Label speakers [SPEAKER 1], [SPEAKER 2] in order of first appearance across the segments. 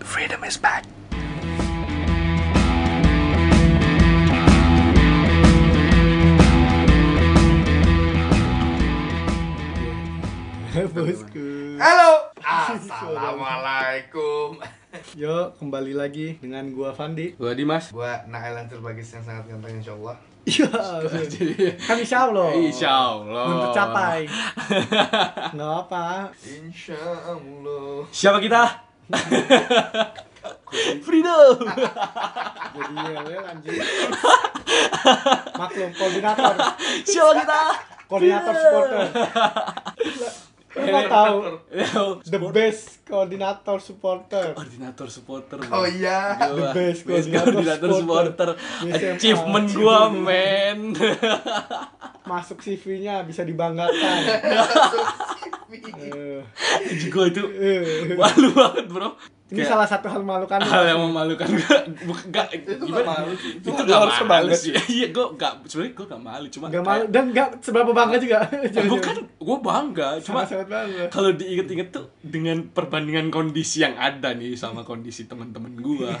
[SPEAKER 1] freedom is back.
[SPEAKER 2] bosku
[SPEAKER 1] Halo. Assalamualaikum.
[SPEAKER 2] yo kembali lagi dengan gua Fandi
[SPEAKER 3] Gua Dimas.
[SPEAKER 1] Gua Naelan Terbagis yang sangat ganteng insya Allah.
[SPEAKER 2] iya kan insya Allah
[SPEAKER 3] Insya Allah.
[SPEAKER 2] belum tercapai nggak apa
[SPEAKER 1] Insya Allah.
[SPEAKER 3] Siapa kita? Freedom.
[SPEAKER 2] jadi ya we lanjut maklum koordinator
[SPEAKER 3] Siapa kita?
[SPEAKER 2] koordinator supporter Lu nggak tahu the best koordinator supporter
[SPEAKER 3] Koordinator supporter. Bang.
[SPEAKER 1] Oh iya.
[SPEAKER 3] Gila,
[SPEAKER 2] The best koordinator
[SPEAKER 3] koordinator supporter.
[SPEAKER 2] supporter. Yes,
[SPEAKER 3] Achievement
[SPEAKER 2] emang.
[SPEAKER 3] gua, men.
[SPEAKER 2] masuk CV-nya bisa dibanggakan Eh,
[SPEAKER 3] Gua itu
[SPEAKER 2] eh.
[SPEAKER 3] malu banget, Bro.
[SPEAKER 2] ini
[SPEAKER 3] Kayak
[SPEAKER 2] salah satu hal memalukan
[SPEAKER 3] hal yang memalukan gua Buk- gak
[SPEAKER 1] Itu
[SPEAKER 3] gimana?
[SPEAKER 1] gak malu sih.
[SPEAKER 3] itu
[SPEAKER 2] Itu
[SPEAKER 3] gak
[SPEAKER 2] harus
[SPEAKER 3] malu
[SPEAKER 2] banget.
[SPEAKER 3] sih iya gua gak sebenarnya gua gak malu cuma
[SPEAKER 2] Gak malu dan gak seberapa bangga juga.
[SPEAKER 3] kayak, bukan gua bangga
[SPEAKER 2] cuma
[SPEAKER 3] cuma
[SPEAKER 2] sangat bangga.
[SPEAKER 3] kalau diinget-inget tuh dengan perbandingan kondisi yang ada nih sama kondisi teman-teman gua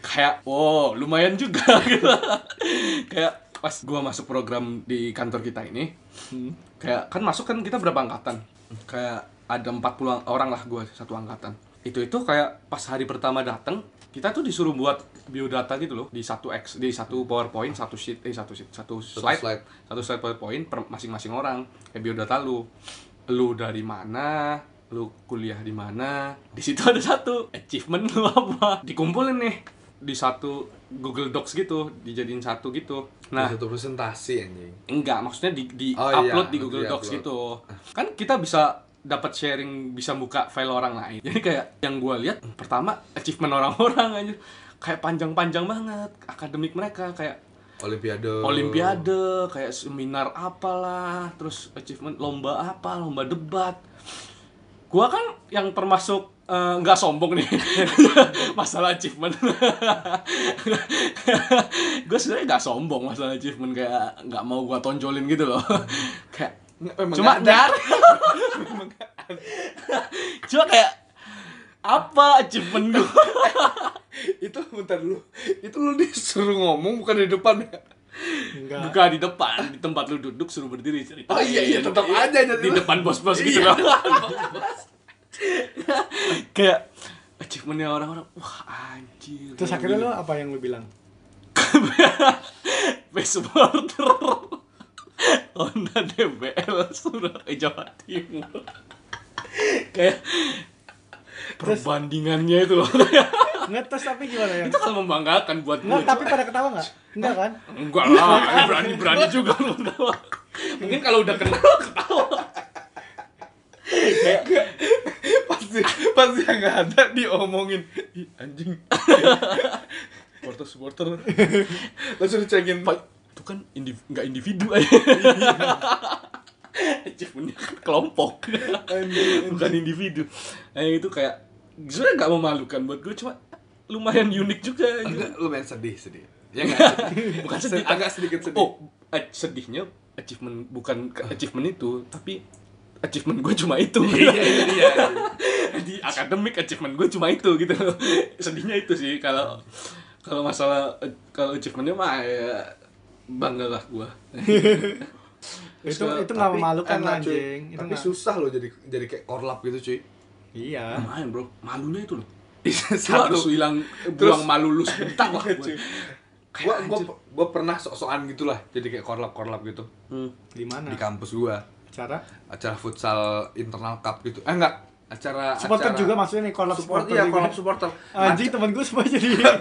[SPEAKER 3] kayak wow lumayan juga gitu. kayak pas gua masuk program di kantor kita ini kayak kan masuk kan kita berapa angkatan kayak ada 40 orang lah gua satu angkatan itu itu kayak pas hari pertama datang kita tuh disuruh buat biodata gitu loh di satu X di satu PowerPoint satu sheet eh satu sheet satu slide,
[SPEAKER 1] slide.
[SPEAKER 3] satu slide PowerPoint per masing-masing orang kayak biodata lu lu dari mana lu kuliah di mana di situ ada satu achievement lu apa dikumpulin nih di satu Google Docs gitu dijadiin satu gitu nah
[SPEAKER 1] satu presentasi anjing.
[SPEAKER 3] enggak maksudnya di, di
[SPEAKER 1] Oh, iya,
[SPEAKER 3] upload di Google
[SPEAKER 1] di-upload.
[SPEAKER 3] Docs gitu kan kita bisa dapat sharing bisa buka file orang lain jadi kayak yang gue lihat pertama achievement orang-orang aja kayak panjang-panjang banget akademik mereka kayak
[SPEAKER 1] Olimpiade.
[SPEAKER 3] olimpiade kayak seminar apalah terus achievement lomba apa lomba debat gua kan yang termasuk eh, nggak sombong nih masalah achievement gue sebenarnya nggak sombong masalah achievement kayak nggak mau gua tonjolin gitu loh kayak
[SPEAKER 1] Emang
[SPEAKER 3] cuma
[SPEAKER 1] nggak ada.
[SPEAKER 3] nyari cuma kayak apa achievement gue
[SPEAKER 1] itu bentar dulu. Itu lu disuruh ngomong bukan di depan ya.
[SPEAKER 2] Enggak.
[SPEAKER 3] Buka di depan, di tempat lu duduk suruh berdiri cerita.
[SPEAKER 1] Oh iya, iya, tetap aja jadi
[SPEAKER 3] di
[SPEAKER 1] lu.
[SPEAKER 3] depan bos-bos gitu
[SPEAKER 1] Iya,
[SPEAKER 3] loh. Kayak achievementnya orang-orang, wah anjir.
[SPEAKER 2] Terus akhirnya lo apa yang lo bilang?
[SPEAKER 3] best supporter. Honda DBL Surabaya Jawa Timur. Kayak perbandingannya itu loh.
[SPEAKER 2] Nggak terus tapi gimana ya?
[SPEAKER 3] itu kan membanggakan buat
[SPEAKER 2] Nggak
[SPEAKER 3] gue.
[SPEAKER 2] tapi pada ketawa nggak? Enggak kan?
[SPEAKER 3] Enggak lah, berani-berani juga lu ketawa. Mungkin kalau udah kenal ketawa. Kayak
[SPEAKER 1] pasti pasti yang nggak ada diomongin Ih, anjing supporter supporter langsung dicengin
[SPEAKER 3] Pak, itu kan indiv- nggak individu aja. Achievementnya kan kelompok, bukan individu. Nah, itu kayak sebenarnya nggak memalukan buat gue, cuma lumayan unik juga.
[SPEAKER 1] enggak lumayan sedih sedih
[SPEAKER 3] ya nggak? bukan sedih,
[SPEAKER 1] agak sedikit sedih
[SPEAKER 3] Oh, eh, sedihnya achievement bukan ke- achievement itu, tapi achievement gue cuma itu.
[SPEAKER 1] iya
[SPEAKER 3] di akademik achievement gue cuma itu gitu loh sedihnya itu sih kalau kalau masalah kalau achievementnya mah ya bangga lah gue
[SPEAKER 2] Itu
[SPEAKER 3] Terus,
[SPEAKER 2] itu nggak
[SPEAKER 1] Tapi
[SPEAKER 2] memalukan
[SPEAKER 1] enak,
[SPEAKER 2] lah
[SPEAKER 1] cuy.
[SPEAKER 2] anjing. Itu
[SPEAKER 1] tapi
[SPEAKER 2] nggak-
[SPEAKER 1] susah loh jadi jadi kayak korlap gitu cuy
[SPEAKER 2] Iya.
[SPEAKER 3] main bro malunya itu loh Lu
[SPEAKER 1] satu
[SPEAKER 3] harus hilang eh,
[SPEAKER 1] Terus-
[SPEAKER 3] buang malu lu sebentar lah gue
[SPEAKER 1] gua gua gua pernah sok-sokan gitulah jadi kayak korlap korlap gitu
[SPEAKER 3] Hmm.
[SPEAKER 2] Di mana?
[SPEAKER 1] di kampus gua
[SPEAKER 2] Cara?
[SPEAKER 1] acara futsal internal cup gitu eh enggak acara
[SPEAKER 2] Supporter
[SPEAKER 1] acara-
[SPEAKER 2] juga maksudnya nih kolab
[SPEAKER 1] Support-
[SPEAKER 2] supporter.
[SPEAKER 1] iya
[SPEAKER 2] juga.
[SPEAKER 1] kolab supporter
[SPEAKER 2] Anjing temen gue semua jadi.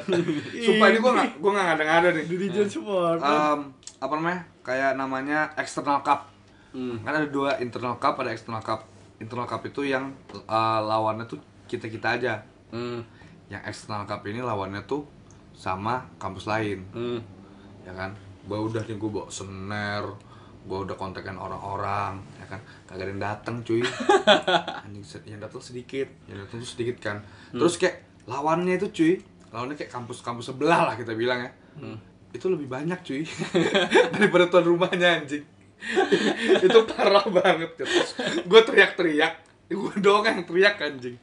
[SPEAKER 1] sumpah ini gua nggak Ah. gua nggak ngada-ngada nih
[SPEAKER 2] Dirijen supporter.
[SPEAKER 1] Em, apa namanya kayak namanya external cup
[SPEAKER 3] Hmm.
[SPEAKER 1] kan ada dua internal cup ada external cup internal cup itu yang eh, lawannya tuh kita kita aja
[SPEAKER 3] Hmm.
[SPEAKER 1] yang external cup ini lawannya tuh sama kampus lain
[SPEAKER 3] Hmm.
[SPEAKER 1] ya kan gue udah nih gue bawa sener gue udah kontekin orang-orang ya kan kagak ada yang dateng cuy Anjing, sed- yang dateng sedikit yang dateng tuh sedikit kan terus kayak lawannya itu cuy lawannya kayak kampus-kampus sebelah lah kita bilang ya itu lebih banyak cuy daripada tuan rumahnya anjing itu parah banget gue teriak-teriak gue doang yang teriak anjing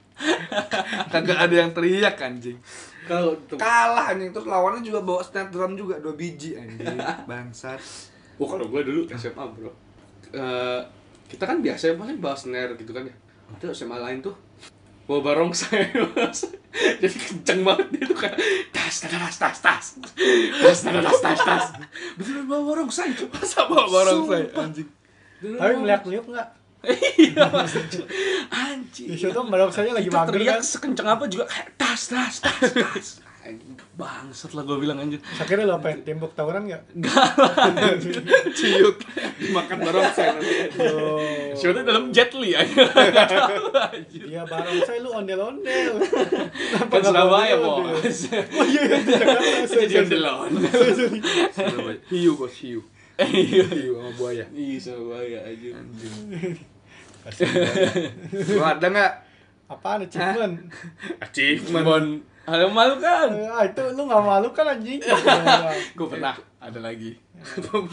[SPEAKER 1] kagak ada yang teriak anjing
[SPEAKER 3] Kalau
[SPEAKER 1] Gitu.
[SPEAKER 3] tuh-
[SPEAKER 1] kalah anjing terus lawannya juga bawa snare drum juga dua biji anjing bangsat
[SPEAKER 3] Oh kalau gue dulu SMA bro Eh, Kita kan biasanya paling bahas snare gitu kan ya Itu SMA lain tuh Bawa barong saya Jadi kenceng banget dia tuh kayak Tas, tas, tas, tas Tas, tas, tas, tas, tas, tas Beneran bawa barong saya Masa
[SPEAKER 1] orang
[SPEAKER 3] bawa barongsai?
[SPEAKER 1] saya anjing
[SPEAKER 3] Beneran
[SPEAKER 2] Tapi
[SPEAKER 3] bawa-
[SPEAKER 2] ngeliat-ngeliat nggak?
[SPEAKER 3] Iya maksud gue, Anjing
[SPEAKER 2] Ya siapa barang saya lagi
[SPEAKER 3] kita
[SPEAKER 2] mager kan.
[SPEAKER 3] teriak sekenceng apa juga kayak tas, tas, tas, tas Anjing, Bangsat lah gue bilang anjir
[SPEAKER 2] Akhirnya lo apa? ya? Tembok tawuran nggak?
[SPEAKER 3] Ciut Makan barongsai nanti
[SPEAKER 2] Oh.
[SPEAKER 3] Siapa dalam jetli aja Gak tau anjir
[SPEAKER 2] Iya barang saya lu ondel-ondel. Kenapa
[SPEAKER 3] Kan
[SPEAKER 2] nggak
[SPEAKER 3] Surabaya,
[SPEAKER 2] ondel-ondel?
[SPEAKER 3] Bos.
[SPEAKER 2] Oh iya iya di Jakarta. Sorry,
[SPEAKER 3] Jadi
[SPEAKER 2] sorry.
[SPEAKER 3] ondelon.
[SPEAKER 2] Sorry, sorry.
[SPEAKER 1] hiu bos hiu
[SPEAKER 3] Iya.
[SPEAKER 1] hiu sama buaya
[SPEAKER 3] Iya, Surabaya aja.
[SPEAKER 1] lu ada nggak
[SPEAKER 2] Apaan achievement?
[SPEAKER 3] Achievement. Hal yang malu kan?
[SPEAKER 2] Ah itu lu nggak malu kan anjing?
[SPEAKER 3] Gue pernah ada lagi.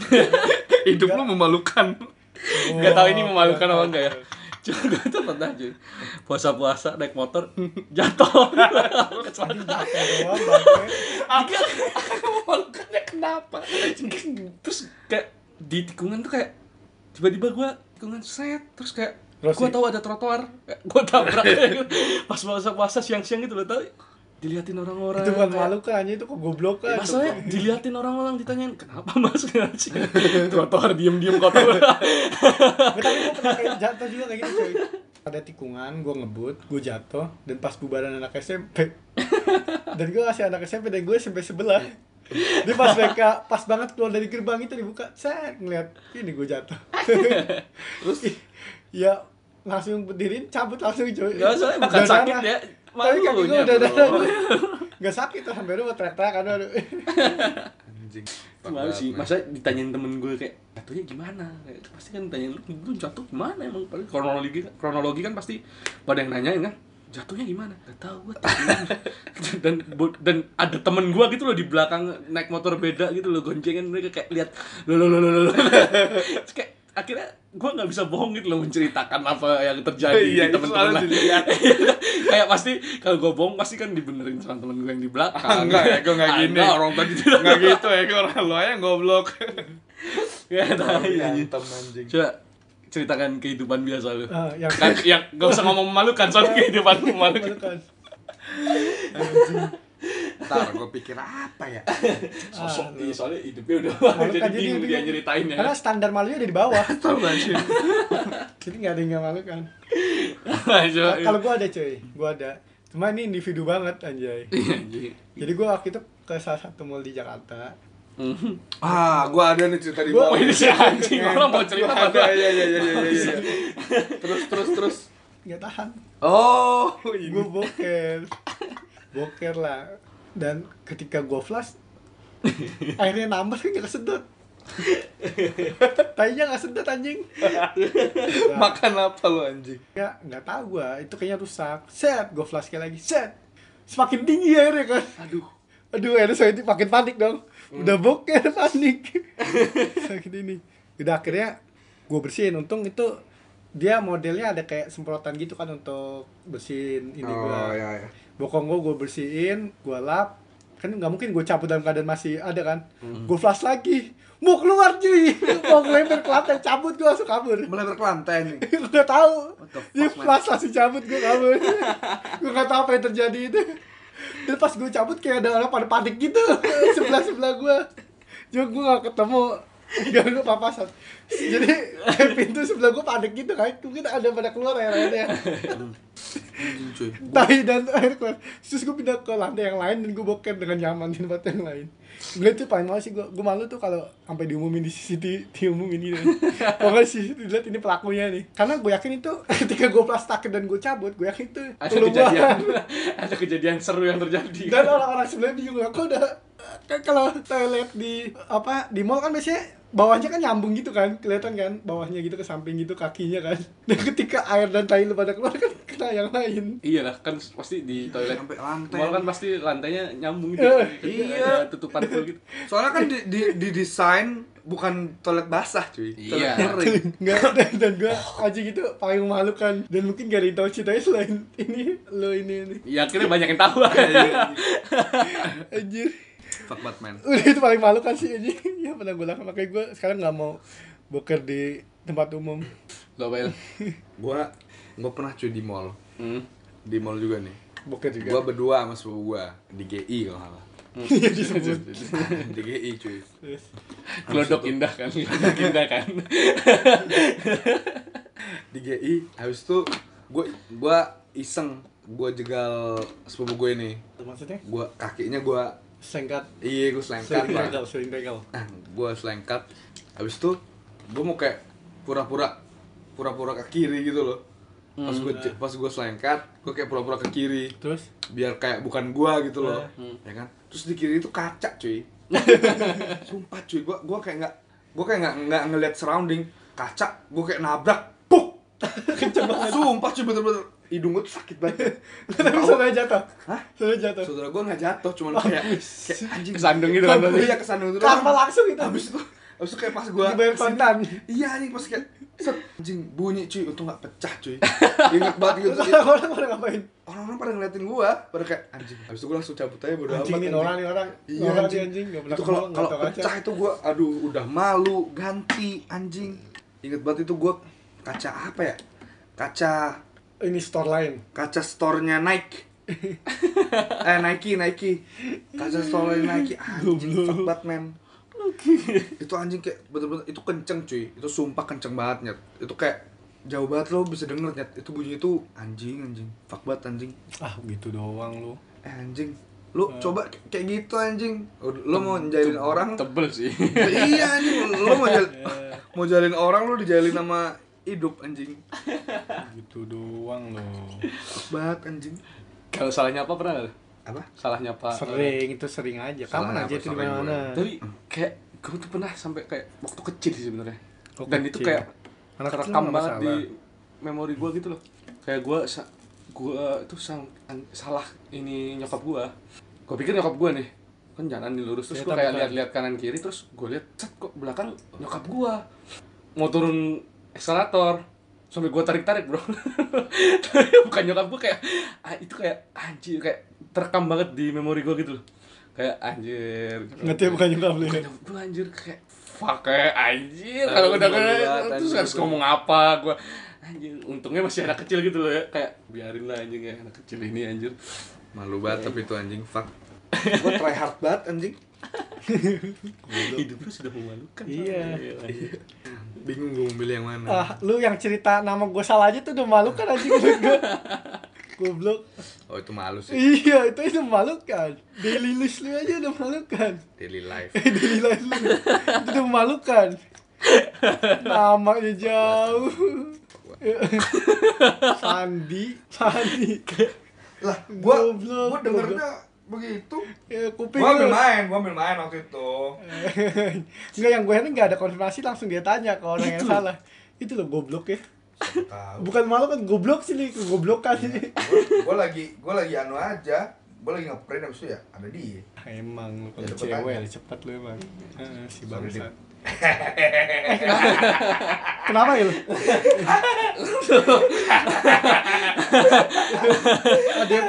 [SPEAKER 1] hidup lu memalukan
[SPEAKER 3] Gak tau ini memalukan apa enggak ya. Cuma gue tuh pernah cuy Puasa-puasa naik motor Jatuh Kecelakaan
[SPEAKER 2] Doang, bangke.
[SPEAKER 3] Agak memalukan ya kenapa Terus kayak Di tikungan tuh kayak Tiba-tiba gue tikungan set Terus kayak
[SPEAKER 2] Terus
[SPEAKER 3] Gue
[SPEAKER 2] sih?
[SPEAKER 3] tahu ada trotoar Gue tabrak Pas puasa-puasa siang-siang gitu loh tau Diliatin orang-orang
[SPEAKER 2] Itu bukan
[SPEAKER 3] kayak-
[SPEAKER 2] malu kan anjing itu kegoblokan.
[SPEAKER 3] Masalahnya diliatin orang-orang ditanyain kenapa mas trotoar diem-diem kotor.
[SPEAKER 2] Gua tapi gue pernah kayak jatuh juga kayak gitu cuy ada tikungan gue ngebut gue jatuh dan pas bubaran anak SMP dan gue kasih anak SMP dan gue SMP sebelah dia pas mereka pas banget keluar dari gerbang itu dibuka set ngeliat ini gue jatuh terus ya langsung berdiriin cabut langsung cuy
[SPEAKER 3] Gak soalnya bukan
[SPEAKER 2] Udah
[SPEAKER 3] sakit
[SPEAKER 2] darah.
[SPEAKER 3] ya.
[SPEAKER 2] tapi kaki gue
[SPEAKER 3] malunya,
[SPEAKER 2] udah
[SPEAKER 3] bro.
[SPEAKER 2] darah gue nggak sakit tuh sampai rumah teriak-teriak aduh aduh
[SPEAKER 1] anjing
[SPEAKER 3] Malu sih, masa ditanyain temen gue kayak jatuhnya gimana? Kayak, pasti kan ditanyain lu, lu jatuh gimana emang? Paling kronologi kronologi kan pasti pada yang nanyain kan jatuhnya gimana? Gak tau gue dan bo- dan ada temen gue gitu loh di belakang naik motor beda gitu loh goncengan mereka kayak lihat lo lo lo lo lo Terus kayak akhirnya gue nggak bisa bohong gitu loh menceritakan apa yang terjadi
[SPEAKER 1] Iya,
[SPEAKER 3] di
[SPEAKER 1] itu
[SPEAKER 3] temen-temen
[SPEAKER 1] selalu
[SPEAKER 3] lain.
[SPEAKER 1] dilihat.
[SPEAKER 3] Iya, kayak pasti kalau gue bohong pasti kan dibenerin sama temen gue yang di
[SPEAKER 1] Ah,
[SPEAKER 3] belakang
[SPEAKER 1] enggak ya, gue enggak
[SPEAKER 3] Ah,
[SPEAKER 1] gini.
[SPEAKER 3] enggak, orang tadi tidak
[SPEAKER 1] Enggak gitu ya, gue orang lo aja yang goblok.
[SPEAKER 3] Gak tahu anjing.
[SPEAKER 1] Antem anjing.
[SPEAKER 3] Iya, Coba ceritakan kehidupan biasa lu.
[SPEAKER 2] Ah, Iya. yang
[SPEAKER 3] Kan yang gak usah ngomong memalukan soal kehidupan memalukan.
[SPEAKER 2] malukan
[SPEAKER 1] Ntar gue pikir apa ya?
[SPEAKER 2] Ah,
[SPEAKER 3] Sosok iya soalnya hidupnya udah malu jadi
[SPEAKER 2] Malukan, jadi
[SPEAKER 3] bingung dia ya.
[SPEAKER 2] bingung.
[SPEAKER 3] nyeritainnya.
[SPEAKER 2] karena standar malunya ada di bawah
[SPEAKER 1] Tahu anjing.
[SPEAKER 2] jadi nggak ada yang nggak malu kan
[SPEAKER 3] Coba.
[SPEAKER 2] Nah, kalau gua ada cuy gua ada cuma ini individu banget anjay
[SPEAKER 3] Iya, anjing.
[SPEAKER 2] jadi gua waktu itu ke salah satu mall di Jakarta
[SPEAKER 3] Mhm.
[SPEAKER 1] Ah, gue ada nih cerita di
[SPEAKER 2] Gua-
[SPEAKER 1] bawah.
[SPEAKER 3] Oh ini si anjing orang mau cerita
[SPEAKER 1] Gua
[SPEAKER 3] apa?
[SPEAKER 1] ada, iya iya iya iya iya. iya. Terus terus terus.
[SPEAKER 2] nggak tahan
[SPEAKER 1] Oh,
[SPEAKER 2] gua boker boker lah dan ketika gua flash akhirnya nambah tapi nggak kesedot tainya nggak sedot anjing Nah,
[SPEAKER 1] makan apa lo anjing?
[SPEAKER 2] ya nggak tahu gua itu kayaknya rusak set gua flash sekali lagi set semakin tinggi akhirnya kan
[SPEAKER 3] Aduh.
[SPEAKER 2] Aduh, akhirnya saya itu makin panik dong.
[SPEAKER 1] Hmm.
[SPEAKER 2] Udah boker panik. Sakit ini. Udah akhirnya gue bersihin. Untung itu dia modelnya ada kayak semprotan gitu kan untuk bersihin ini
[SPEAKER 1] Oh,
[SPEAKER 2] gua.
[SPEAKER 1] iya iya.
[SPEAKER 2] Bokong gue gue bersihin, gue lap. Kan nggak mungkin gue cabut dalam keadaan masih ada kan.
[SPEAKER 1] Hmm.
[SPEAKER 2] Gue flash lagi. Mau keluar cuy. Mau ngelempar ke lantai, cabut gue langsung kabur.
[SPEAKER 1] Melebar ke lantai nih.
[SPEAKER 2] gue tahu
[SPEAKER 1] What the fuck,
[SPEAKER 2] dia
[SPEAKER 1] man?
[SPEAKER 2] flash langsung cabut gue kabur gue nggak tahu apa yang terjadi itu dan pas gue cabut kayak ada orang pada panik gitu sebelah sebelah gue cuma gue nggak ketemu gak gue papasan jadi kayak pintu sebelah gue panik gitu kan mungkin ada pada keluar ya, air-airnya
[SPEAKER 1] Anjing cuy.
[SPEAKER 2] tai dan air keluar terus gue pindah ke lantai yang lain dan gue boker dengan nyaman di tempat yang lain gue itu paling malu sih gue gue malu tuh kalau sampai diumumin di CCTV diumumin gitu pokoknya sih dilihat ini pelakunya nih karena gue yakin itu ketika gue plastakin dan gue cabut gue yakin itu
[SPEAKER 3] Ada
[SPEAKER 2] keluar
[SPEAKER 3] kejadian, ada kejadian seru yang
[SPEAKER 2] dan
[SPEAKER 3] terjadi.
[SPEAKER 2] orang-orang sebenarnya bingung aku udah kan kalau toilet di apa di mall kan biasanya bawahnya kan nyambung gitu kan kelihatan kan bawahnya gitu ke samping gitu kakinya kan dan ketika air dan tai lu pada keluar kan kena yang lain
[SPEAKER 3] Iyalah kan pasti di toilet
[SPEAKER 1] Sampai lantai.
[SPEAKER 3] Mall kan pasti lantainya nyambung gitu.
[SPEAKER 2] Eh,
[SPEAKER 1] iya.
[SPEAKER 3] Ada tutupan full gitu.
[SPEAKER 1] Soalnya kan di, di, di desain bukan toilet basah cuy. Toilet
[SPEAKER 3] Iya.
[SPEAKER 1] kering.
[SPEAKER 2] nggak dan, dan gue aja gitu paling memalukan dan mungkin gak ada yang tahu ceritanya selain ini lo ini ini
[SPEAKER 3] Ya akhirnya banyak yang tahu.
[SPEAKER 1] Iya,
[SPEAKER 2] anjir
[SPEAKER 1] Fuck Batman.
[SPEAKER 2] udah itu paling malukan sih anjir ya pernah gue lakukan makanya gue sekarang nggak mau boker di tempat umum
[SPEAKER 3] Lo Bel.
[SPEAKER 1] Gua gua pernah cuy di mall.
[SPEAKER 3] Hmm.
[SPEAKER 1] Di mall juga nih.
[SPEAKER 2] boker
[SPEAKER 1] Gua
[SPEAKER 2] juga
[SPEAKER 1] berdua sama sepupu gua di GI kalau nggak salah.
[SPEAKER 2] Iya, disebut
[SPEAKER 1] di GI cuy.
[SPEAKER 2] Terus,
[SPEAKER 3] Glodok indah kan. Glodok indah kan.
[SPEAKER 1] Di GI habis itu gua gua iseng gua jegal sepupu gue ini.
[SPEAKER 2] maksudnya
[SPEAKER 1] Gua kakinya gua
[SPEAKER 2] sengkat
[SPEAKER 1] iya gua selengkat
[SPEAKER 2] sering
[SPEAKER 1] lah.
[SPEAKER 2] regal sering regal
[SPEAKER 1] Nah, gue selengkat habis itu gue mau kayak pura-pura pura-pura ke kiri gitu loh pas gue pas gue selengkat gue kayak pura-pura ke kiri
[SPEAKER 2] terus
[SPEAKER 1] biar kayak bukan gua gitu loh
[SPEAKER 3] Hmm.
[SPEAKER 1] ya kan terus di kiri itu kaca cuy sumpah cuy gua gua kayak nggak gua kayak nggak nggak ngeliat surrounding kaca gua kayak nabrak puk kenceng banget sumpah cuy bener-bener hidung gua tuh sakit banget
[SPEAKER 2] tapi
[SPEAKER 1] Ketawa.
[SPEAKER 2] saudara jatuh
[SPEAKER 1] Hah?
[SPEAKER 2] saudara jatuh
[SPEAKER 1] saudara gua nggak jatuh cuman kayak kayak anjing
[SPEAKER 3] Kesandung gitu kan tadi.
[SPEAKER 1] iya kesandung itu
[SPEAKER 2] karma langsung itu
[SPEAKER 1] habis itu habis itu kayak pas gua
[SPEAKER 2] dibayar kontan
[SPEAKER 1] Iya nih pas kayak set anjing bunyi cuy untung nggak pecah cuy. Ingat banget gitu.
[SPEAKER 2] Terus orang-orang pada ngapain?
[SPEAKER 1] Orang-orang pada ngeliatin gua, pada kayak anjing. Habis itu gua langsung cabut aja bodo
[SPEAKER 2] Anjing
[SPEAKER 1] amat,
[SPEAKER 2] nih orang nih orang.
[SPEAKER 1] Iya
[SPEAKER 2] orang
[SPEAKER 1] anjing.
[SPEAKER 2] nih anjing enggak pernah
[SPEAKER 1] itu kalau kalau pecah
[SPEAKER 2] kaca.
[SPEAKER 1] itu gua aduh udah malu ganti anjing. Ingat banget itu gua kaca apa ya? Kaca
[SPEAKER 2] Ini store lain.
[SPEAKER 1] kaca store-nya Nike. eh Nike Nike kaca store Nike anjing fuck Batman itu anjing kayak bener-bener itu kenceng cuy itu sumpah kenceng banget nyet itu kayak jauh banget lo bisa denger nyet itu bunyi itu anjing anjing fuck bat anjing
[SPEAKER 2] Ah gitu doang lu.
[SPEAKER 1] eh anjing lu coba k- kayak gitu anjing lo mau njalin orang
[SPEAKER 3] Tebel sih.
[SPEAKER 1] iya anjing lo mau jalin mau jalin orang lo dijalin sama hidup anjing
[SPEAKER 2] Gitu doang lu.
[SPEAKER 1] fuck bat anjing
[SPEAKER 3] Kalau salahnya apa pernah? nggak?
[SPEAKER 1] apa
[SPEAKER 3] Salahnya apa?
[SPEAKER 2] Sering itu sering aja. Kamu
[SPEAKER 1] Salah
[SPEAKER 2] aja itu
[SPEAKER 1] apa,
[SPEAKER 2] di
[SPEAKER 1] salah
[SPEAKER 2] mana-mana.
[SPEAKER 3] Tapi kayak gue tuh pernah sampai kayak waktu kecil sih sebenarnya.
[SPEAKER 2] Oh,
[SPEAKER 3] Dan itu
[SPEAKER 2] kecil.
[SPEAKER 3] kayak
[SPEAKER 2] Anak kecil
[SPEAKER 3] kerekam
[SPEAKER 2] nggak
[SPEAKER 3] banget di
[SPEAKER 2] masalah.
[SPEAKER 3] memori gue gitu loh. Kayak gue sa- gua tuh sang an- salah ini nyokap gue. Gue pikir nyokap gue nih kan jalan nih lurus terus gue
[SPEAKER 2] Ternyata
[SPEAKER 3] kayak
[SPEAKER 2] bukan.
[SPEAKER 3] lihat-lihat kanan kiri terus gue lihat set kok belakang nyokap gue mau turun eskalator sampai gue tarik-tarik bro bukan nyokap gue kayak ah, itu kayak anjir kayak terekam banget di memori gue gitu loh kayak anjir
[SPEAKER 2] Ngerti ya, bukan juga beli.
[SPEAKER 3] Nyokap gue anjir kayak fuck kayak anjir kalau udah
[SPEAKER 1] Malu banget,
[SPEAKER 3] kayak terus
[SPEAKER 1] anjir,
[SPEAKER 3] harus
[SPEAKER 1] gua.
[SPEAKER 3] ngomong apa gue anjir untungnya masih anak kecil gitu loh ya kayak biarin lah anjing ya anak kecil ini anjir
[SPEAKER 1] malu banget tapi itu anjing fuck gue try hard banget anjing
[SPEAKER 3] hidup lu sudah memalukan
[SPEAKER 2] Iya.
[SPEAKER 3] anjir.
[SPEAKER 1] bingung gue mau milih yang mana
[SPEAKER 2] Ah, lu yang cerita nama gue salah aja tuh udah malukan anjing menurut gue. Goblok.
[SPEAKER 1] oh itu malu sih
[SPEAKER 2] Iya, itu udah malukan. Daily list lu aja udah malukan. Eh,
[SPEAKER 1] daily life
[SPEAKER 2] Daily list lu. Itu udah malukan. Namanya jauh. Sandi, Sandi.
[SPEAKER 1] lah gua
[SPEAKER 2] Goblok,
[SPEAKER 1] gua dengernya begitu
[SPEAKER 2] Ya, kuping
[SPEAKER 1] gua ambil
[SPEAKER 2] lu.
[SPEAKER 1] main gua ambil main waktu itu
[SPEAKER 2] Enggak yang gue heran enggak ada konfirmasi langsung dia tanya ke orang yang salah. Itu loh goblok ya.
[SPEAKER 1] tahu
[SPEAKER 2] Bukan malu kan goblok sih nih, kegoblokan sih.
[SPEAKER 1] gua, gua lagi gua lagi anu aja gua lagi ngeprint abis itu ya ada dia
[SPEAKER 2] Emang lu
[SPEAKER 1] Ya,
[SPEAKER 2] kalau
[SPEAKER 1] cepet
[SPEAKER 2] cewek
[SPEAKER 1] aja.
[SPEAKER 2] lu cepet lu emang. Heeh, si
[SPEAKER 1] Sorry,
[SPEAKER 2] bangsa.
[SPEAKER 1] Dik.
[SPEAKER 2] Kenapa ya lu? Ada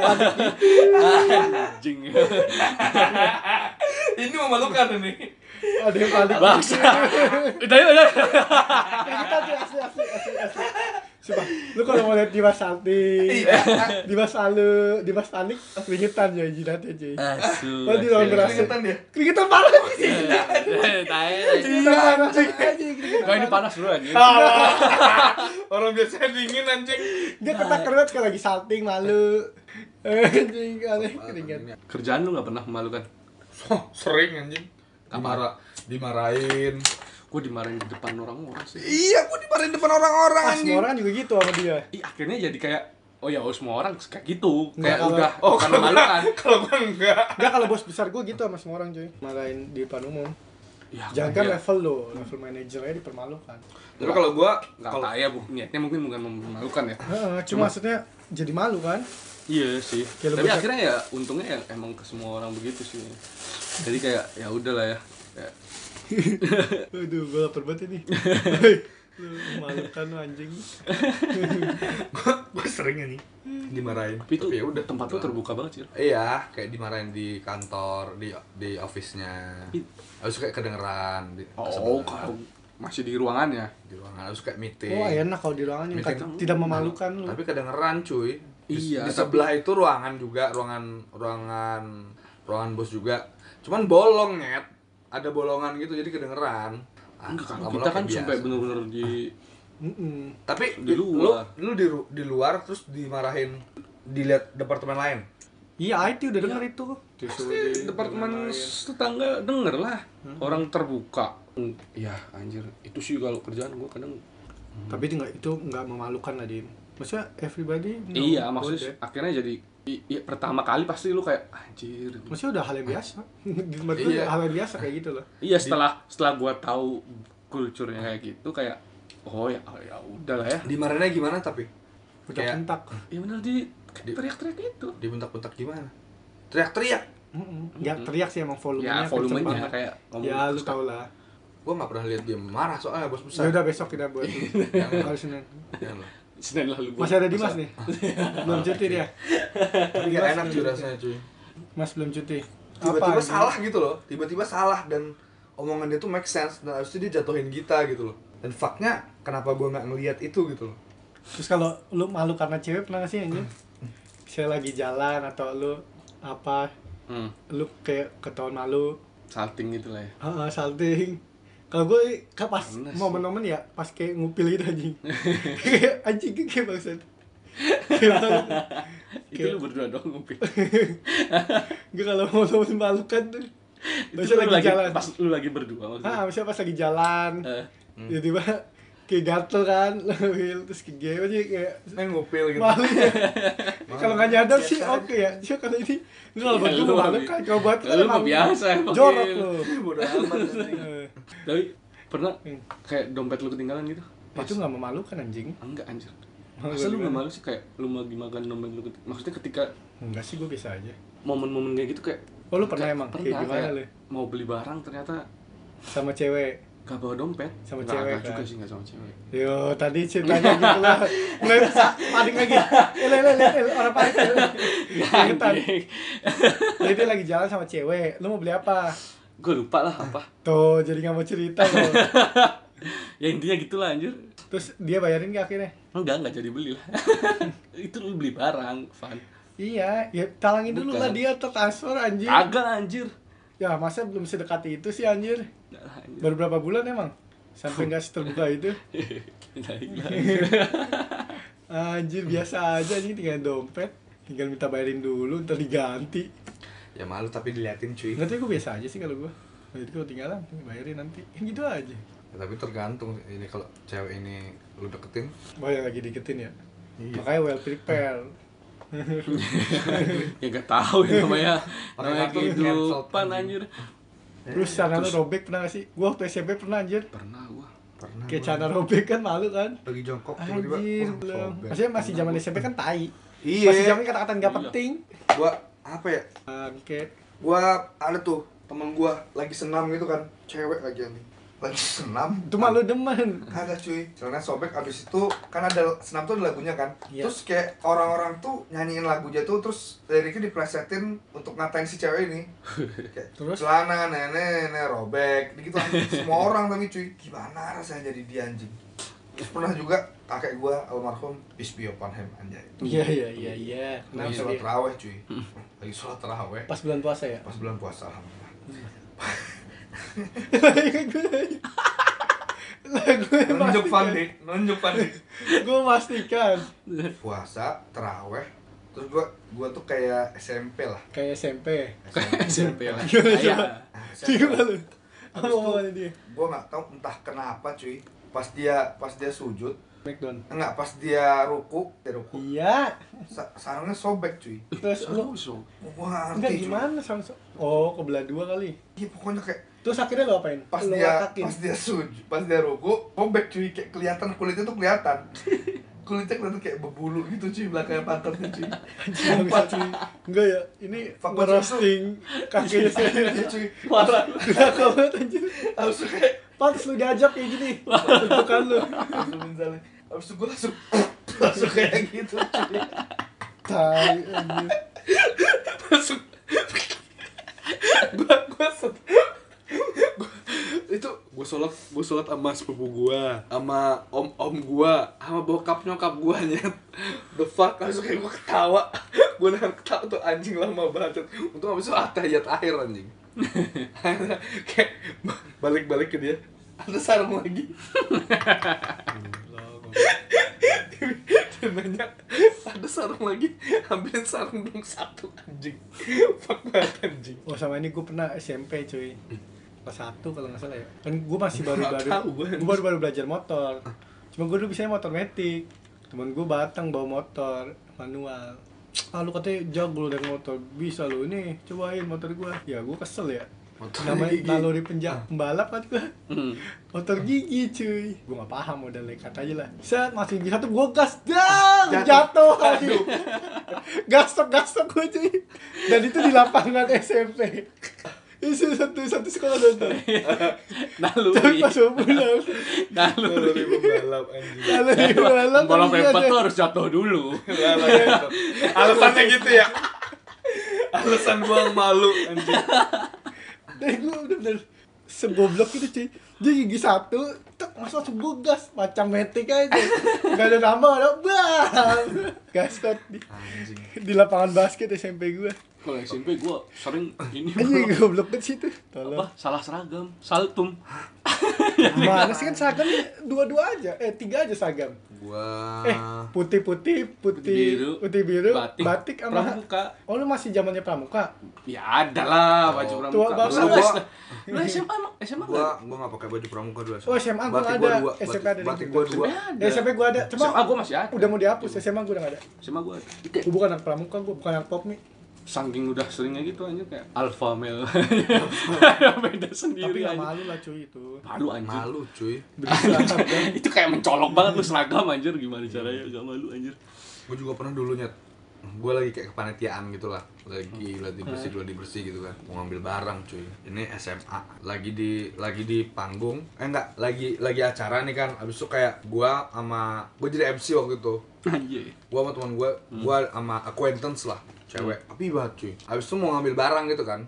[SPEAKER 2] ada
[SPEAKER 3] anjing Eh,
[SPEAKER 1] ini memalukan ini
[SPEAKER 2] ada yang paling
[SPEAKER 3] bangsa udah yuk udah
[SPEAKER 2] Ya, kita asli asli asli asli. asli. Coba, lu kalau mau lihat Dimas Salti,
[SPEAKER 1] Iya,
[SPEAKER 2] Dimas Alu, Dimas Anik, keringetan ya jidatnya cuy.
[SPEAKER 3] asu
[SPEAKER 2] Oh, di lawan berhasil.
[SPEAKER 1] keringetan dia
[SPEAKER 2] Keringetan parah sih.
[SPEAKER 1] Iya.
[SPEAKER 2] Keringetan parah sih.
[SPEAKER 3] Gak ini panas bro anjing
[SPEAKER 1] orang biasanya dingin anjing
[SPEAKER 2] Dia ketak keringet kalau lagi salting malu. Nah. Anjing aneh keringet.
[SPEAKER 3] Kerjaan lu gak pernah memalukan
[SPEAKER 1] sering anjing Dimara, dimarahin
[SPEAKER 3] Gue dimarahin di depan orang-orang sih
[SPEAKER 1] iya gua dimarahin depan orang-orang
[SPEAKER 2] Ah,
[SPEAKER 1] anjing
[SPEAKER 2] semua orang juga gitu sama dia.
[SPEAKER 3] Ih, akhirnya jadi kayak Oh ya, oh, semua orang kayak gitu
[SPEAKER 2] Nggak,
[SPEAKER 3] Kayak
[SPEAKER 2] kalau-
[SPEAKER 3] udah, oh bukan memalukan
[SPEAKER 1] kalau gua enggak
[SPEAKER 2] Enggak kalau bos besar gue gitu sama semua orang cuy. Marahin di depan umum.
[SPEAKER 3] Ya,
[SPEAKER 2] Jangan kan
[SPEAKER 3] iya.
[SPEAKER 2] level lo, level manajernya dipermalukan.
[SPEAKER 1] Tapi kalau gua
[SPEAKER 3] Nggak
[SPEAKER 1] kalau
[SPEAKER 3] kaya bu, niatnya mungkin bukan memalukan ya.
[SPEAKER 2] Heeh, cuma maksudnya jadi malu kan?
[SPEAKER 3] Iya sih.
[SPEAKER 2] Kayak
[SPEAKER 3] Tapi
[SPEAKER 2] lebih-
[SPEAKER 3] akhirnya ya untungnya ya emang ke semua orang begitu sih. Jadi kayak ya udahlah ya. Kayak,
[SPEAKER 2] Aduh, gue lapar banget ini. Hei, lu Memalukan lu anjing.
[SPEAKER 4] gue sering ini
[SPEAKER 1] dimarahin.
[SPEAKER 3] tapi itu
[SPEAKER 1] ya udah
[SPEAKER 3] tempat tuh terbuka banget sih.
[SPEAKER 1] Iya, kayak dimarahin di kantor, di di office-nya. Habis kayak kedengeran di
[SPEAKER 3] Oh,
[SPEAKER 1] kesebelah,
[SPEAKER 3] kalau masih di ruangannya.
[SPEAKER 1] di ruangan habis kayak meeting.
[SPEAKER 2] Oh, enak kalau di ruangan yang
[SPEAKER 1] Meeting.
[SPEAKER 2] kad- tidak memalukan lu.
[SPEAKER 1] Tapi kedengeran cuy. Di,
[SPEAKER 3] Iya,
[SPEAKER 1] di
[SPEAKER 3] tapi-
[SPEAKER 1] sebelah itu ruangan juga, ruangan ruangan ruangan bos juga. Cuman bolong nyet. Ada bolongan gitu jadi kedengeran. Ah,
[SPEAKER 3] Enggak kalau
[SPEAKER 1] lama-lama
[SPEAKER 3] kita kan
[SPEAKER 1] kayak
[SPEAKER 3] sampai
[SPEAKER 1] biasa.
[SPEAKER 3] bener-bener di
[SPEAKER 2] Mm-mm.
[SPEAKER 1] Tapi
[SPEAKER 3] Di
[SPEAKER 1] di
[SPEAKER 3] luar.
[SPEAKER 1] luar. Lu, lu di ru- di luar terus dimarahin dilihat departemen lain.
[SPEAKER 2] Iya, IT udah denger itu.
[SPEAKER 3] Pasti departemen
[SPEAKER 2] iya.
[SPEAKER 3] tetangga denger lah orang terbuka. Ya anjir itu sih kalau kerjaan gue kadang
[SPEAKER 2] Tapi itu nggak itu nggak memalukan lah Din. Maksudnya everybody know
[SPEAKER 3] iya
[SPEAKER 2] about
[SPEAKER 3] maksudnya
[SPEAKER 2] that.
[SPEAKER 3] akhirnya jadi i- i- pertama kali pasti lu kayak anjir
[SPEAKER 2] Maksudnya udah hal yang biasa. di tempat gue
[SPEAKER 1] Iya.
[SPEAKER 2] udah hal yang biasa kayak gitu loh.
[SPEAKER 3] iya setelah setelah gua tahu kulturnya kayak gitu kayak oh ya ya udahlah ya
[SPEAKER 1] Dimarahinnya gimana tapi?
[SPEAKER 2] Udah
[SPEAKER 1] Kayak-
[SPEAKER 2] kentak.
[SPEAKER 3] ya bener di
[SPEAKER 1] Di-
[SPEAKER 3] teriak-teriak gitu
[SPEAKER 1] Dibentak-bentak gimana? Teriak-teriak.
[SPEAKER 2] Mm-mm. Ya teriak sih emang volumenya.
[SPEAKER 3] ya
[SPEAKER 2] kenceng
[SPEAKER 3] volumenya
[SPEAKER 2] banget.
[SPEAKER 3] kayak ngomong
[SPEAKER 2] Ya lu
[SPEAKER 3] terus
[SPEAKER 2] tau lah.
[SPEAKER 1] Gua nggak pernah lihat dia marah soalnya bos
[SPEAKER 2] Ya
[SPEAKER 1] besar.
[SPEAKER 2] udah besok kita buat lu. Hari Senin.
[SPEAKER 1] Jangan lah.
[SPEAKER 3] Senin lalu gua-
[SPEAKER 2] Masih ada Dimas nih. belum cuti dia.
[SPEAKER 1] Tapi nggak enak cuy rasanya cuy.
[SPEAKER 2] Mas belum cuti.
[SPEAKER 1] tiba-tiba
[SPEAKER 2] anjing?
[SPEAKER 1] salah gitu loh tiba-tiba salah dan omongan dia tuh make sense dan habis itu dia jatuhin kita gitu loh dan faknya kenapa gua nggak ngelihat itu gitu loh
[SPEAKER 2] Terus kalau lu malu karena cewek pernah gak sih anjing? Saya lagi jalan atau lu apa
[SPEAKER 3] hmm,
[SPEAKER 2] lu kayak ketahuan malu
[SPEAKER 3] salting gitu lah ya
[SPEAKER 2] Heeh, salting. Ah, Kalau gue kan pas
[SPEAKER 3] Pernah sih.
[SPEAKER 2] momen-momen ya pas kayak ngupil gitu anjing. Kayak anjing kayak bangsat. Kayak malu.
[SPEAKER 3] itu
[SPEAKER 2] Kayak-
[SPEAKER 3] lu berdua dong ngopi
[SPEAKER 2] Gue kalau mau momen malu kan tuh.
[SPEAKER 3] itu
[SPEAKER 2] Biasanya
[SPEAKER 3] lu
[SPEAKER 2] lagi,
[SPEAKER 3] lagi
[SPEAKER 2] jalan.
[SPEAKER 3] pas lu lagi berdua
[SPEAKER 2] Ah,
[SPEAKER 3] maksudnya
[SPEAKER 2] misalnya pas lagi jalan.
[SPEAKER 3] Eh,
[SPEAKER 2] Tiba-tiba kayak gatel kan, ngupil terus kayak gue aja kayak
[SPEAKER 1] main ngupil gitu
[SPEAKER 2] malu ya. Kalau nggak nyadar sih oke ya. Cuma kalau ini ini kalau
[SPEAKER 3] Ya,
[SPEAKER 2] buat gue
[SPEAKER 3] lu
[SPEAKER 2] malu
[SPEAKER 3] mah-
[SPEAKER 2] kan, kalau buat
[SPEAKER 3] lu mah biasa emang, Iya.
[SPEAKER 2] Jorok
[SPEAKER 3] Gil.
[SPEAKER 2] lu.
[SPEAKER 1] bodoh amat anjing.
[SPEAKER 2] Eh,
[SPEAKER 3] tapi pernah
[SPEAKER 2] Hmm.
[SPEAKER 3] kayak dompet lu ketinggalan gitu
[SPEAKER 2] Itu nggak memalukan anjing.
[SPEAKER 3] enggak anjir
[SPEAKER 2] Malu
[SPEAKER 3] masa lu
[SPEAKER 2] gimana?
[SPEAKER 3] gak malu sih kayak lu lagi makan dompet lu ketinggalan maksudnya ketika
[SPEAKER 2] Enggak sih gue biasa aja.
[SPEAKER 3] momen-momen kayak gitu kayak
[SPEAKER 2] Oh lu pernah
[SPEAKER 3] kayak-
[SPEAKER 2] emang?
[SPEAKER 3] pernah
[SPEAKER 2] kayak gimana
[SPEAKER 3] kayak
[SPEAKER 2] lu?
[SPEAKER 3] mau beli barang ternyata
[SPEAKER 2] Sama cewek?
[SPEAKER 3] gak bawa dompet
[SPEAKER 2] Sama
[SPEAKER 3] Nggak,
[SPEAKER 2] cewek,
[SPEAKER 3] nggak juga
[SPEAKER 2] kan?
[SPEAKER 3] sih gak sama cewek
[SPEAKER 2] Yo, tadi ceritanya gitu lah. Mulai sa- panik lagi. Eh, le, le, le, le, orang panik. le. Ingetan.
[SPEAKER 3] anjing
[SPEAKER 2] Jadi dia lagi jalan sama cewek. Lu mau beli apa?
[SPEAKER 3] gue lupa lah apa
[SPEAKER 2] Tuh, jadi nggak mau cerita loh.
[SPEAKER 3] ya intinya gitulah anjir
[SPEAKER 2] Terus dia bayarin gak akhirnya?
[SPEAKER 3] enggak enggak jadi beli lah itu lu beli barang fan
[SPEAKER 2] Iya, ya talangin dulu
[SPEAKER 3] Bukan.
[SPEAKER 2] lah dia atau transfer anjir.
[SPEAKER 3] agak anjir
[SPEAKER 2] Ya masa belum sedekat itu sih anjir.
[SPEAKER 3] Nggak lah, anjir.
[SPEAKER 2] Baru berapa bulan emang? Sampai nggak terbuka itu.
[SPEAKER 3] Nggak, nggak.
[SPEAKER 2] Anjir biasa aja anjing tinggal dompet. Tinggal minta bayarin dulu, ntar diganti.
[SPEAKER 1] ya malu tapi diliatin cuy
[SPEAKER 2] Nggak tahu gue biasa aja sih kalau gue. Jadi kalau tinggalan, bayarin nanti. Kan gitu aja.
[SPEAKER 1] Ya, tapi tergantung ini kalau cewek ini lu deketin
[SPEAKER 2] Wah yang lagi dikitin ya. Makanya well prepared.
[SPEAKER 3] ya gak tahu ya namanya
[SPEAKER 1] Pakai
[SPEAKER 3] namanya
[SPEAKER 1] kartu
[SPEAKER 3] kehidupan
[SPEAKER 1] cancel,
[SPEAKER 3] anjir
[SPEAKER 2] Eh, Terus Ah, celana lu robek pernah gak sih? Gue waktu SMP pernah anjir.
[SPEAKER 3] pernah gua
[SPEAKER 1] pernah
[SPEAKER 2] Kayak
[SPEAKER 1] gua
[SPEAKER 2] celana robek kan malu kan.
[SPEAKER 1] lagi jongkok tiba-tiba
[SPEAKER 2] Anjir
[SPEAKER 1] wah,
[SPEAKER 2] belum.
[SPEAKER 1] sobek.
[SPEAKER 2] Maksudnya masih zaman SMP kan tai.
[SPEAKER 1] Iya.
[SPEAKER 2] Masih zaman kata-kata gak
[SPEAKER 3] Iya.
[SPEAKER 2] penting.
[SPEAKER 1] gua apa ya
[SPEAKER 2] Oke.
[SPEAKER 1] gua ada tuh temen gua lagi senam gitu kan cewek lagi anjing lagi senam
[SPEAKER 2] Itu mah lu demen.
[SPEAKER 1] Kagak cuy, celana sobek abis itu kan ada senam tuh ada lagunya kan
[SPEAKER 2] Iya.
[SPEAKER 1] Terus kayak orang-orang tuh nyanyiin lagunya tuh terus liriknya diplesetin untuk ngatain si cewek ini kayak,
[SPEAKER 2] Terus?
[SPEAKER 1] Celana nenek nenek robek gitu anjing. semua orang tapi cuy gimana rasanya jadi dia anjing Terus pernah juga kakek gua almarhum Bisbio Panhem anjay
[SPEAKER 2] Iya iya iya iya.
[SPEAKER 1] Lagi
[SPEAKER 2] Kenapa dia?
[SPEAKER 1] sholat
[SPEAKER 2] Hmm.
[SPEAKER 1] terawih cuy Lagi sholat terawih
[SPEAKER 2] Pas bulan puasa ya.
[SPEAKER 1] pas bulan puasa alhamdulillah Nunjuk
[SPEAKER 2] Gue
[SPEAKER 1] Fandi, nunjuk Fandi
[SPEAKER 2] Gue pastikan.
[SPEAKER 1] Puasa, terawih Terus gua, gua tuh kayak SMP lah
[SPEAKER 2] Kayak SMP.
[SPEAKER 3] SMP lah
[SPEAKER 2] Gimana
[SPEAKER 3] Kayak-
[SPEAKER 2] coba?
[SPEAKER 1] Ah,
[SPEAKER 2] Gimana lu? Apa omongannya dia?
[SPEAKER 1] gue nggak tahu entah kenapa cuy pas dia pas dia sujud
[SPEAKER 2] McDonald.
[SPEAKER 1] enggak pas dia ruku dia ruku
[SPEAKER 2] Iya.
[SPEAKER 1] sa- sarungnya sobek cuy
[SPEAKER 2] Terus lu
[SPEAKER 3] Serius, oh. so.
[SPEAKER 1] gua nggak
[SPEAKER 2] enggak
[SPEAKER 1] ngerti cuy
[SPEAKER 2] gimana sama Oh, kebelah dua kali.
[SPEAKER 1] iya pokoknya kayak
[SPEAKER 2] Terus akhirnya lo apain?
[SPEAKER 4] pas
[SPEAKER 2] Lo
[SPEAKER 4] dia
[SPEAKER 2] ngatakin.
[SPEAKER 4] pas dia sujud pas dia ruku robek cuy kayak kelihatan kulitnya tuh kelihatan kulitnya kelihatan kayak berbulu gitu cuy belakangnya pantatnya cuy
[SPEAKER 2] Sumpah cuy. Enggak ya, ini
[SPEAKER 4] Fuck,
[SPEAKER 2] ngerosting kakinya sendiri.
[SPEAKER 4] Iya, cuy
[SPEAKER 3] Parah.
[SPEAKER 2] Kenapa banget anjir?
[SPEAKER 4] harus kayak
[SPEAKER 2] Pantes lu diajak kayak gini. Bentukan lu.
[SPEAKER 4] langsung menjalin habis itu gue langsung langsung kayak gitu cuy
[SPEAKER 2] Tai anjir.
[SPEAKER 4] langsung gue gue set- gua-
[SPEAKER 3] itu gue sholat gue sholat sama sepupu gue sama om om gue sama bokap nyokap gue nyet the fuck
[SPEAKER 4] langsung kayak gue ketawa gue nahan ketawa tuh anjing lama banget untung abis itu atahiyat akhir anjing Akhirnya kayak ba- balik-balik ke dia ada sarung lagi dia nanya ada sarung lagi ambilin sarung dong satu anjing fuck banget anjing
[SPEAKER 2] Oh sama ini gue pernah SMP cuy kelas satu kalau nggak salah ya kan gue masih baru-baru
[SPEAKER 4] Nggak tahu gua.
[SPEAKER 2] gue baru-baru belajar motor cuma gue dulu bisanya motor metik temen gue batang bawa motor manual ah lu katanya jago lu dengan motor bisa lu ini cobain motor gue ya gue kesel ya
[SPEAKER 4] Motor
[SPEAKER 2] nama
[SPEAKER 4] gigi.
[SPEAKER 2] naluri penjak pembalap kan gue
[SPEAKER 3] hmm.
[SPEAKER 2] motor gigi cuy gue nggak paham udah lekat aja lah set masuk gigi satu gue gas dang jatuh, aduh gasok gasok gue cuy dan itu di lapangan SMP itu satu satu sekolah nonton tapi
[SPEAKER 3] naluri
[SPEAKER 2] pas Iya, gue pulang
[SPEAKER 3] naluri
[SPEAKER 4] pembalap anjing
[SPEAKER 2] kalau di kan malam
[SPEAKER 3] bola pempek
[SPEAKER 2] iya.
[SPEAKER 3] tuh harus jatuh dulu
[SPEAKER 4] Iya. alasannya gitu ya alasan gua malu anjing
[SPEAKER 2] dan gue Eh, udah bener segoblok itu cuy dia gigi satu tek masa langsung gue gas macam metik aja gak ada nama gak ada bang gaskot di,
[SPEAKER 4] anjing
[SPEAKER 2] di lapangan basket SMP gue
[SPEAKER 3] kalau SMP gue sering ini
[SPEAKER 2] Anjing
[SPEAKER 3] bro.
[SPEAKER 2] goblok banget situ.
[SPEAKER 3] apa
[SPEAKER 2] Tolong.
[SPEAKER 3] salah seragam saltum
[SPEAKER 2] Mana sih kan seragam dua-dua aja. Eh tiga aja seragam.
[SPEAKER 1] Gua
[SPEAKER 2] Eh putih-putih, putih
[SPEAKER 3] biru,
[SPEAKER 2] putih biru,
[SPEAKER 3] batik,
[SPEAKER 2] batik, sama
[SPEAKER 3] pramuka.
[SPEAKER 2] Oh lu masih zamannya pramuka?
[SPEAKER 3] ya ada lah baju
[SPEAKER 1] Oh.
[SPEAKER 2] Tua
[SPEAKER 3] pramuka
[SPEAKER 2] banget. Iya.
[SPEAKER 1] Gua-
[SPEAKER 3] Lu S- lu SMA emang SMA
[SPEAKER 1] gua
[SPEAKER 3] gua
[SPEAKER 1] gua nggak pakai baju pramuka dulu
[SPEAKER 2] Oh, SMA gua
[SPEAKER 1] Batik
[SPEAKER 2] ada,
[SPEAKER 1] dua,
[SPEAKER 2] SMP
[SPEAKER 1] batik-
[SPEAKER 2] ada di
[SPEAKER 1] batik gua
[SPEAKER 2] gua.
[SPEAKER 1] dua
[SPEAKER 2] Ya SMP gua ada. Cuma
[SPEAKER 3] SMA gua masih ada.
[SPEAKER 2] Udah mau dihapus SMA gua udah gak ada.
[SPEAKER 3] SMA gua ada.
[SPEAKER 2] Gua bukan anak pramuka, gua bukan anak pop nih.
[SPEAKER 3] saking udah seringnya gitu aja kayak alpha male Ada beda
[SPEAKER 2] Tapi
[SPEAKER 3] sendiri
[SPEAKER 2] gak
[SPEAKER 3] aja
[SPEAKER 2] malu lah cuy itu.
[SPEAKER 3] malu anjir
[SPEAKER 1] malu cuy
[SPEAKER 2] Berseragam.
[SPEAKER 3] itu kayak mencolok banget lu seragam anjir gimana caranya gak malu anjir
[SPEAKER 1] gue juga pernah dulu nyet gue lagi kayak kepanitiaan gitu lah lagi lagi bersih dua dibersih gitu kan mau ngambil barang cuy ini SMA lagi di lagi di panggung eh enggak lagi lagi acara nih kan abis itu kayak gue sama gue jadi MC waktu itu
[SPEAKER 3] anjir
[SPEAKER 1] gue sama teman gue gue sama acquaintance lah cewek tapi banget cuy abis itu mau ngambil barang gitu kan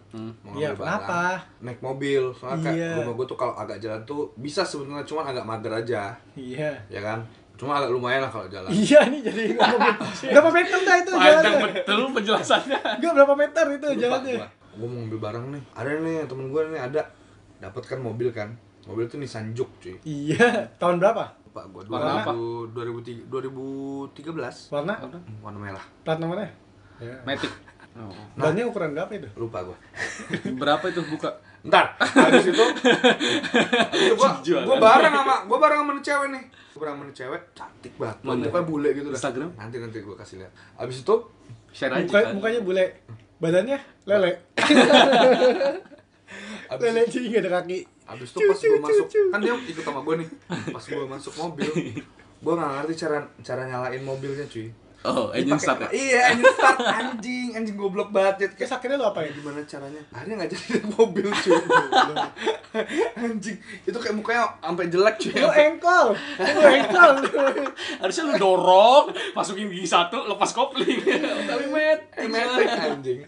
[SPEAKER 1] mau
[SPEAKER 2] Iya, kenapa?
[SPEAKER 1] naik mobil soalnya kayak
[SPEAKER 2] Iya.
[SPEAKER 1] rumah gue tuh kalau agak jalan tuh bisa sebenarnya cuman agak mager aja
[SPEAKER 2] Iya.
[SPEAKER 1] ya kan cuma agak lumayan lah kalau jalan
[SPEAKER 2] Iya nih jadi ngomongin. Berapa meter dah itu
[SPEAKER 3] panjang
[SPEAKER 2] jalannya?
[SPEAKER 3] betul penjelasannya
[SPEAKER 2] Enggak berapa meter itu jalannya.
[SPEAKER 1] gue mau ngambil barang nih ada nih temen gue nih ada dapat kan mobil kan mobil tuh Nissan Juke cuy
[SPEAKER 2] Iya. Tahun berapa?
[SPEAKER 1] pak gue
[SPEAKER 3] Warna apa?
[SPEAKER 1] 2000 2013
[SPEAKER 2] Warna?
[SPEAKER 1] Hmm, warna merah
[SPEAKER 2] Plat nomornya? Iya.
[SPEAKER 3] metik
[SPEAKER 1] Nah.
[SPEAKER 2] Bannya ukuran berapa itu?
[SPEAKER 1] lupa gue
[SPEAKER 3] Oh. berapa itu buka
[SPEAKER 1] ntar habis itu habis itu gue
[SPEAKER 3] Jualan.
[SPEAKER 1] gue bareng sama gue bareng sama nih cewek nih gue bareng sama nih cewek cantik banget
[SPEAKER 3] Mana?
[SPEAKER 1] mukanya bule gitu dah
[SPEAKER 3] Instagram?
[SPEAKER 1] nanti nanti gue kasih lihat habis itu
[SPEAKER 3] share aja
[SPEAKER 2] Muka,
[SPEAKER 3] kan
[SPEAKER 2] mukanya bule, badannya lele.
[SPEAKER 1] Abis-
[SPEAKER 2] lele jadi gak ada kaki.
[SPEAKER 1] Abis itu
[SPEAKER 2] Cu,
[SPEAKER 1] pas
[SPEAKER 2] cu,
[SPEAKER 1] gue
[SPEAKER 2] cu,
[SPEAKER 1] masuk,
[SPEAKER 2] cu.
[SPEAKER 1] kan dia ikut sama gue nih. Pas gue masuk mobil, gue gak ngerti cara cara nyalain mobilnya cuy.
[SPEAKER 3] oh
[SPEAKER 1] Dia
[SPEAKER 3] engine
[SPEAKER 1] pakai-
[SPEAKER 3] start ya
[SPEAKER 1] Iya, engine start anjing, anjing goblok
[SPEAKER 2] Terus
[SPEAKER 1] banget. Kayak "Eh,
[SPEAKER 2] akhirnya lo apain?
[SPEAKER 1] gimana caranya? Akhirnya gak jadi naik mobil cuy. anjing, itu kayak mukanya sampai jelek cuy.
[SPEAKER 2] Lo
[SPEAKER 3] eh.
[SPEAKER 2] engkol, lo engkol.
[SPEAKER 3] harusnya lu dorong masukin gigi satu lepas kopling
[SPEAKER 1] Iya,
[SPEAKER 3] Iya. tapi met
[SPEAKER 1] Metek anjing.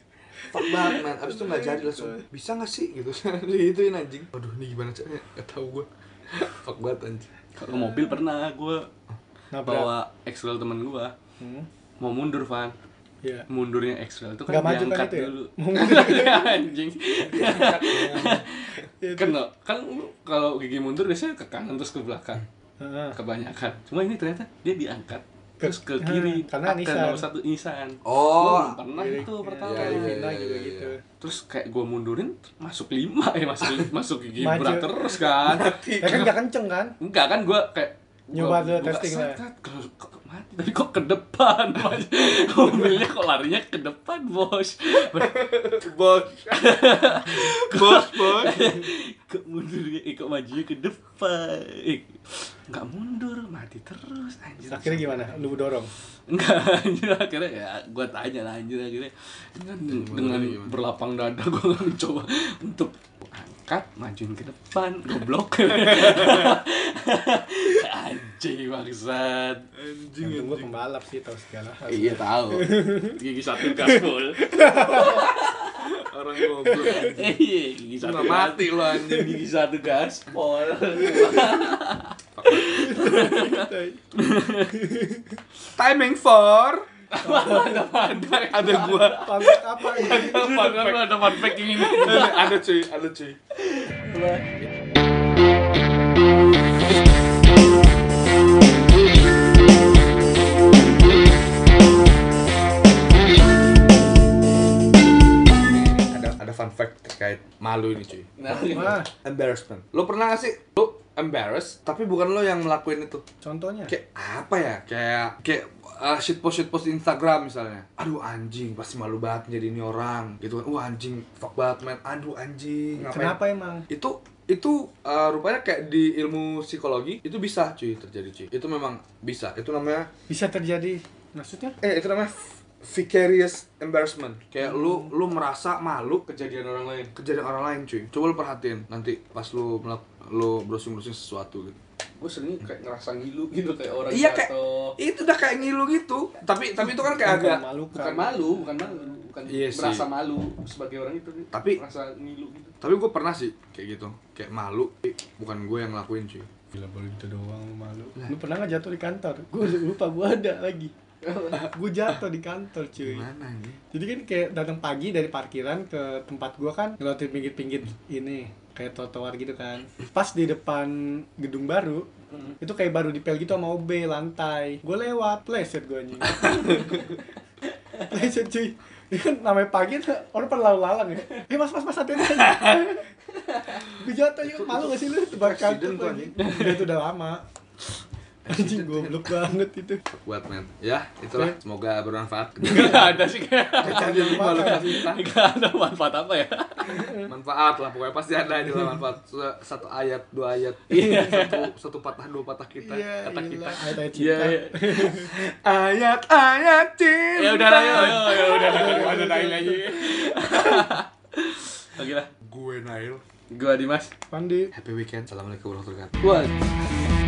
[SPEAKER 1] Fuck banget man, abis itu gak jadi langsung Bisa gak sih? gitu Gituin anjing Aduh ini gimana caranya? Gak tau gue Fuck banget anjing
[SPEAKER 3] kalau mobil pernah gua
[SPEAKER 2] Nabrak.
[SPEAKER 3] bawa ekstrel temen gua
[SPEAKER 2] Hmm,
[SPEAKER 3] mau mundur van
[SPEAKER 2] Iya.
[SPEAKER 3] mundurnya ekstrel itu kan
[SPEAKER 2] Nggak maju kan
[SPEAKER 3] diangkat
[SPEAKER 2] itu ya?
[SPEAKER 3] dulu Iya,
[SPEAKER 2] Mau
[SPEAKER 3] anjing
[SPEAKER 2] Iya,
[SPEAKER 3] kan lo- kan lu kalau gigi mundur biasanya ke kanan terus ke belakang
[SPEAKER 2] Heeh.
[SPEAKER 3] kebanyakan cuma ini ternyata dia diangkat terus ke kiri
[SPEAKER 2] Hmm, karena
[SPEAKER 3] Akte
[SPEAKER 2] Nissan.
[SPEAKER 3] nomor satu Nissan
[SPEAKER 1] Oh.
[SPEAKER 3] Gua pernah itu pertama
[SPEAKER 1] iya,
[SPEAKER 2] Kali
[SPEAKER 1] iya,
[SPEAKER 2] pindah
[SPEAKER 1] iya, iya.
[SPEAKER 2] gitu-gitu.
[SPEAKER 3] terus kayak gue mundurin masuk lima ya masuk masuk gigi
[SPEAKER 2] Maju.
[SPEAKER 3] berat terus kan
[SPEAKER 2] Ya kan gak kenceng kan?
[SPEAKER 3] enggak kan gue kayak
[SPEAKER 2] Nyoba
[SPEAKER 3] gua
[SPEAKER 2] dulu
[SPEAKER 3] buka,
[SPEAKER 2] testing
[SPEAKER 3] set,
[SPEAKER 2] lah. ya?
[SPEAKER 3] set, Kok, kok, kok mati tapi kok ke depan Mas. mobilnya kok larinya ke depan bos
[SPEAKER 1] Bos Bos, bos
[SPEAKER 3] Iko mundur, Iko majunya ke depan. Eh, nggak mundur, mati terus
[SPEAKER 1] Iya,
[SPEAKER 3] anjir.
[SPEAKER 2] Akhirnya gimana? Lu dorong.
[SPEAKER 3] Enggak, anjir akhirnya ya gue tanya lah anjir akhirnya dengan, dengan berlapang dada gue mencoba untuk angkat majuin ke depan goblok anjing bangsat
[SPEAKER 1] Iya,
[SPEAKER 2] Untung gua pembalap sih tahu segala hal.
[SPEAKER 3] iya tahu gigi satu gaspol
[SPEAKER 1] Orang goblok.
[SPEAKER 3] iya gigi
[SPEAKER 1] Lu
[SPEAKER 3] satu
[SPEAKER 1] nggak mati lu anjing.
[SPEAKER 3] gigi satu gaspol
[SPEAKER 1] Timing for
[SPEAKER 3] ada gua
[SPEAKER 2] Pamit apa ini?
[SPEAKER 3] ada fun fact ini
[SPEAKER 1] ada cuy, ada cuy. Ada ada fun fact terkait malu ini cuy.
[SPEAKER 3] Nah,
[SPEAKER 2] Wah,
[SPEAKER 1] Embarrassment. Lo pernah gak sih lo embarrassed tapi bukan lo yang ngelakuin itu?
[SPEAKER 2] contohnya.
[SPEAKER 1] kayak apa ya kayak kayak uh, shitpost shitpost di Instagram misalnya aduh anjing pasti malu banget jadi ini orang gitu kan wah anjing fuck banget man aduh anjing ngapain
[SPEAKER 2] Kenapa emang?
[SPEAKER 1] itu itu uh, rupanya kayak di ilmu psikologi itu bisa cuy terjadi cuy itu memang bisa itu namanya
[SPEAKER 2] Bisa terjadi. Maksudnya?
[SPEAKER 1] eh itu namanya vicarious embarrassment kayak lu lu merasa malu kejadian orang lain kejadian orang lain cuy coba lu perhatiin nanti pas lu melak- lu browsing browsing sesuatu gitu
[SPEAKER 3] gue sering kayak ngerasa ngilu gitu kayak orang
[SPEAKER 1] Iya kayak itu udah kayak ngilu gitu. Tapi tapi itu kan kayak agak
[SPEAKER 2] malu
[SPEAKER 3] bukan malu bukan malu bukan
[SPEAKER 1] Iya sih.
[SPEAKER 3] merasa malu sebagai orang itu
[SPEAKER 1] Tapi-
[SPEAKER 3] merasa ngilu gitu
[SPEAKER 1] tapi gue pernah sih kayak gitu kayak malu tapi bukan gue yang ngelakuin cuy
[SPEAKER 2] Gila baru gitu doang lu malu. Lu pernah nggak jatuh di kantor? Gue lupa gue ada lagi. gue jatuh di kantor cuy.
[SPEAKER 1] gimana nih
[SPEAKER 2] Jadi kan kayak datang pagi dari parkiran ke tempat gua kan ngeliatin pinggir-pinggir ini kayak trotoar gitu kan. Pas di depan gedung baru
[SPEAKER 1] Hmm.
[SPEAKER 2] itu kayak baru dipel gitu sama OB lantai. Gue lewat, pleset gue anjing. pleset cuy. Ini kan namanya pagi tuh orang pada lalang-lalang ya. Eh mas mas mas hati hati. Gue jatuh aja malu gak sih lu tebar
[SPEAKER 1] accident
[SPEAKER 2] kantor
[SPEAKER 1] tuh,
[SPEAKER 2] tuh anjing. Udah itu udah lama. Anjing goblok
[SPEAKER 1] ya.
[SPEAKER 2] banget itu.
[SPEAKER 1] buat men ya itulah semoga bermanfaat
[SPEAKER 3] nggak ada sih kayak
[SPEAKER 1] kejadian malu kita
[SPEAKER 3] nggak ada manfaat apa ya
[SPEAKER 1] manfaat lah pokoknya pasti ada aja lah manfaat Se- satu ayat dua ayat
[SPEAKER 3] Iya.
[SPEAKER 1] satu satu patah dua patah kita
[SPEAKER 2] Iya,
[SPEAKER 1] kata
[SPEAKER 2] iya.
[SPEAKER 1] kita
[SPEAKER 2] Ayat-ayat
[SPEAKER 3] Iya,
[SPEAKER 2] cinta.
[SPEAKER 3] iya.
[SPEAKER 1] ayat ayat cinta
[SPEAKER 3] ya udah lah ya ya udah lah mana naik lagi oke lah
[SPEAKER 1] gue Nail
[SPEAKER 3] gue Dimas
[SPEAKER 2] Pandi.
[SPEAKER 1] happy weekend assalamualaikum warahmatullahi wabarakatuh
[SPEAKER 3] One.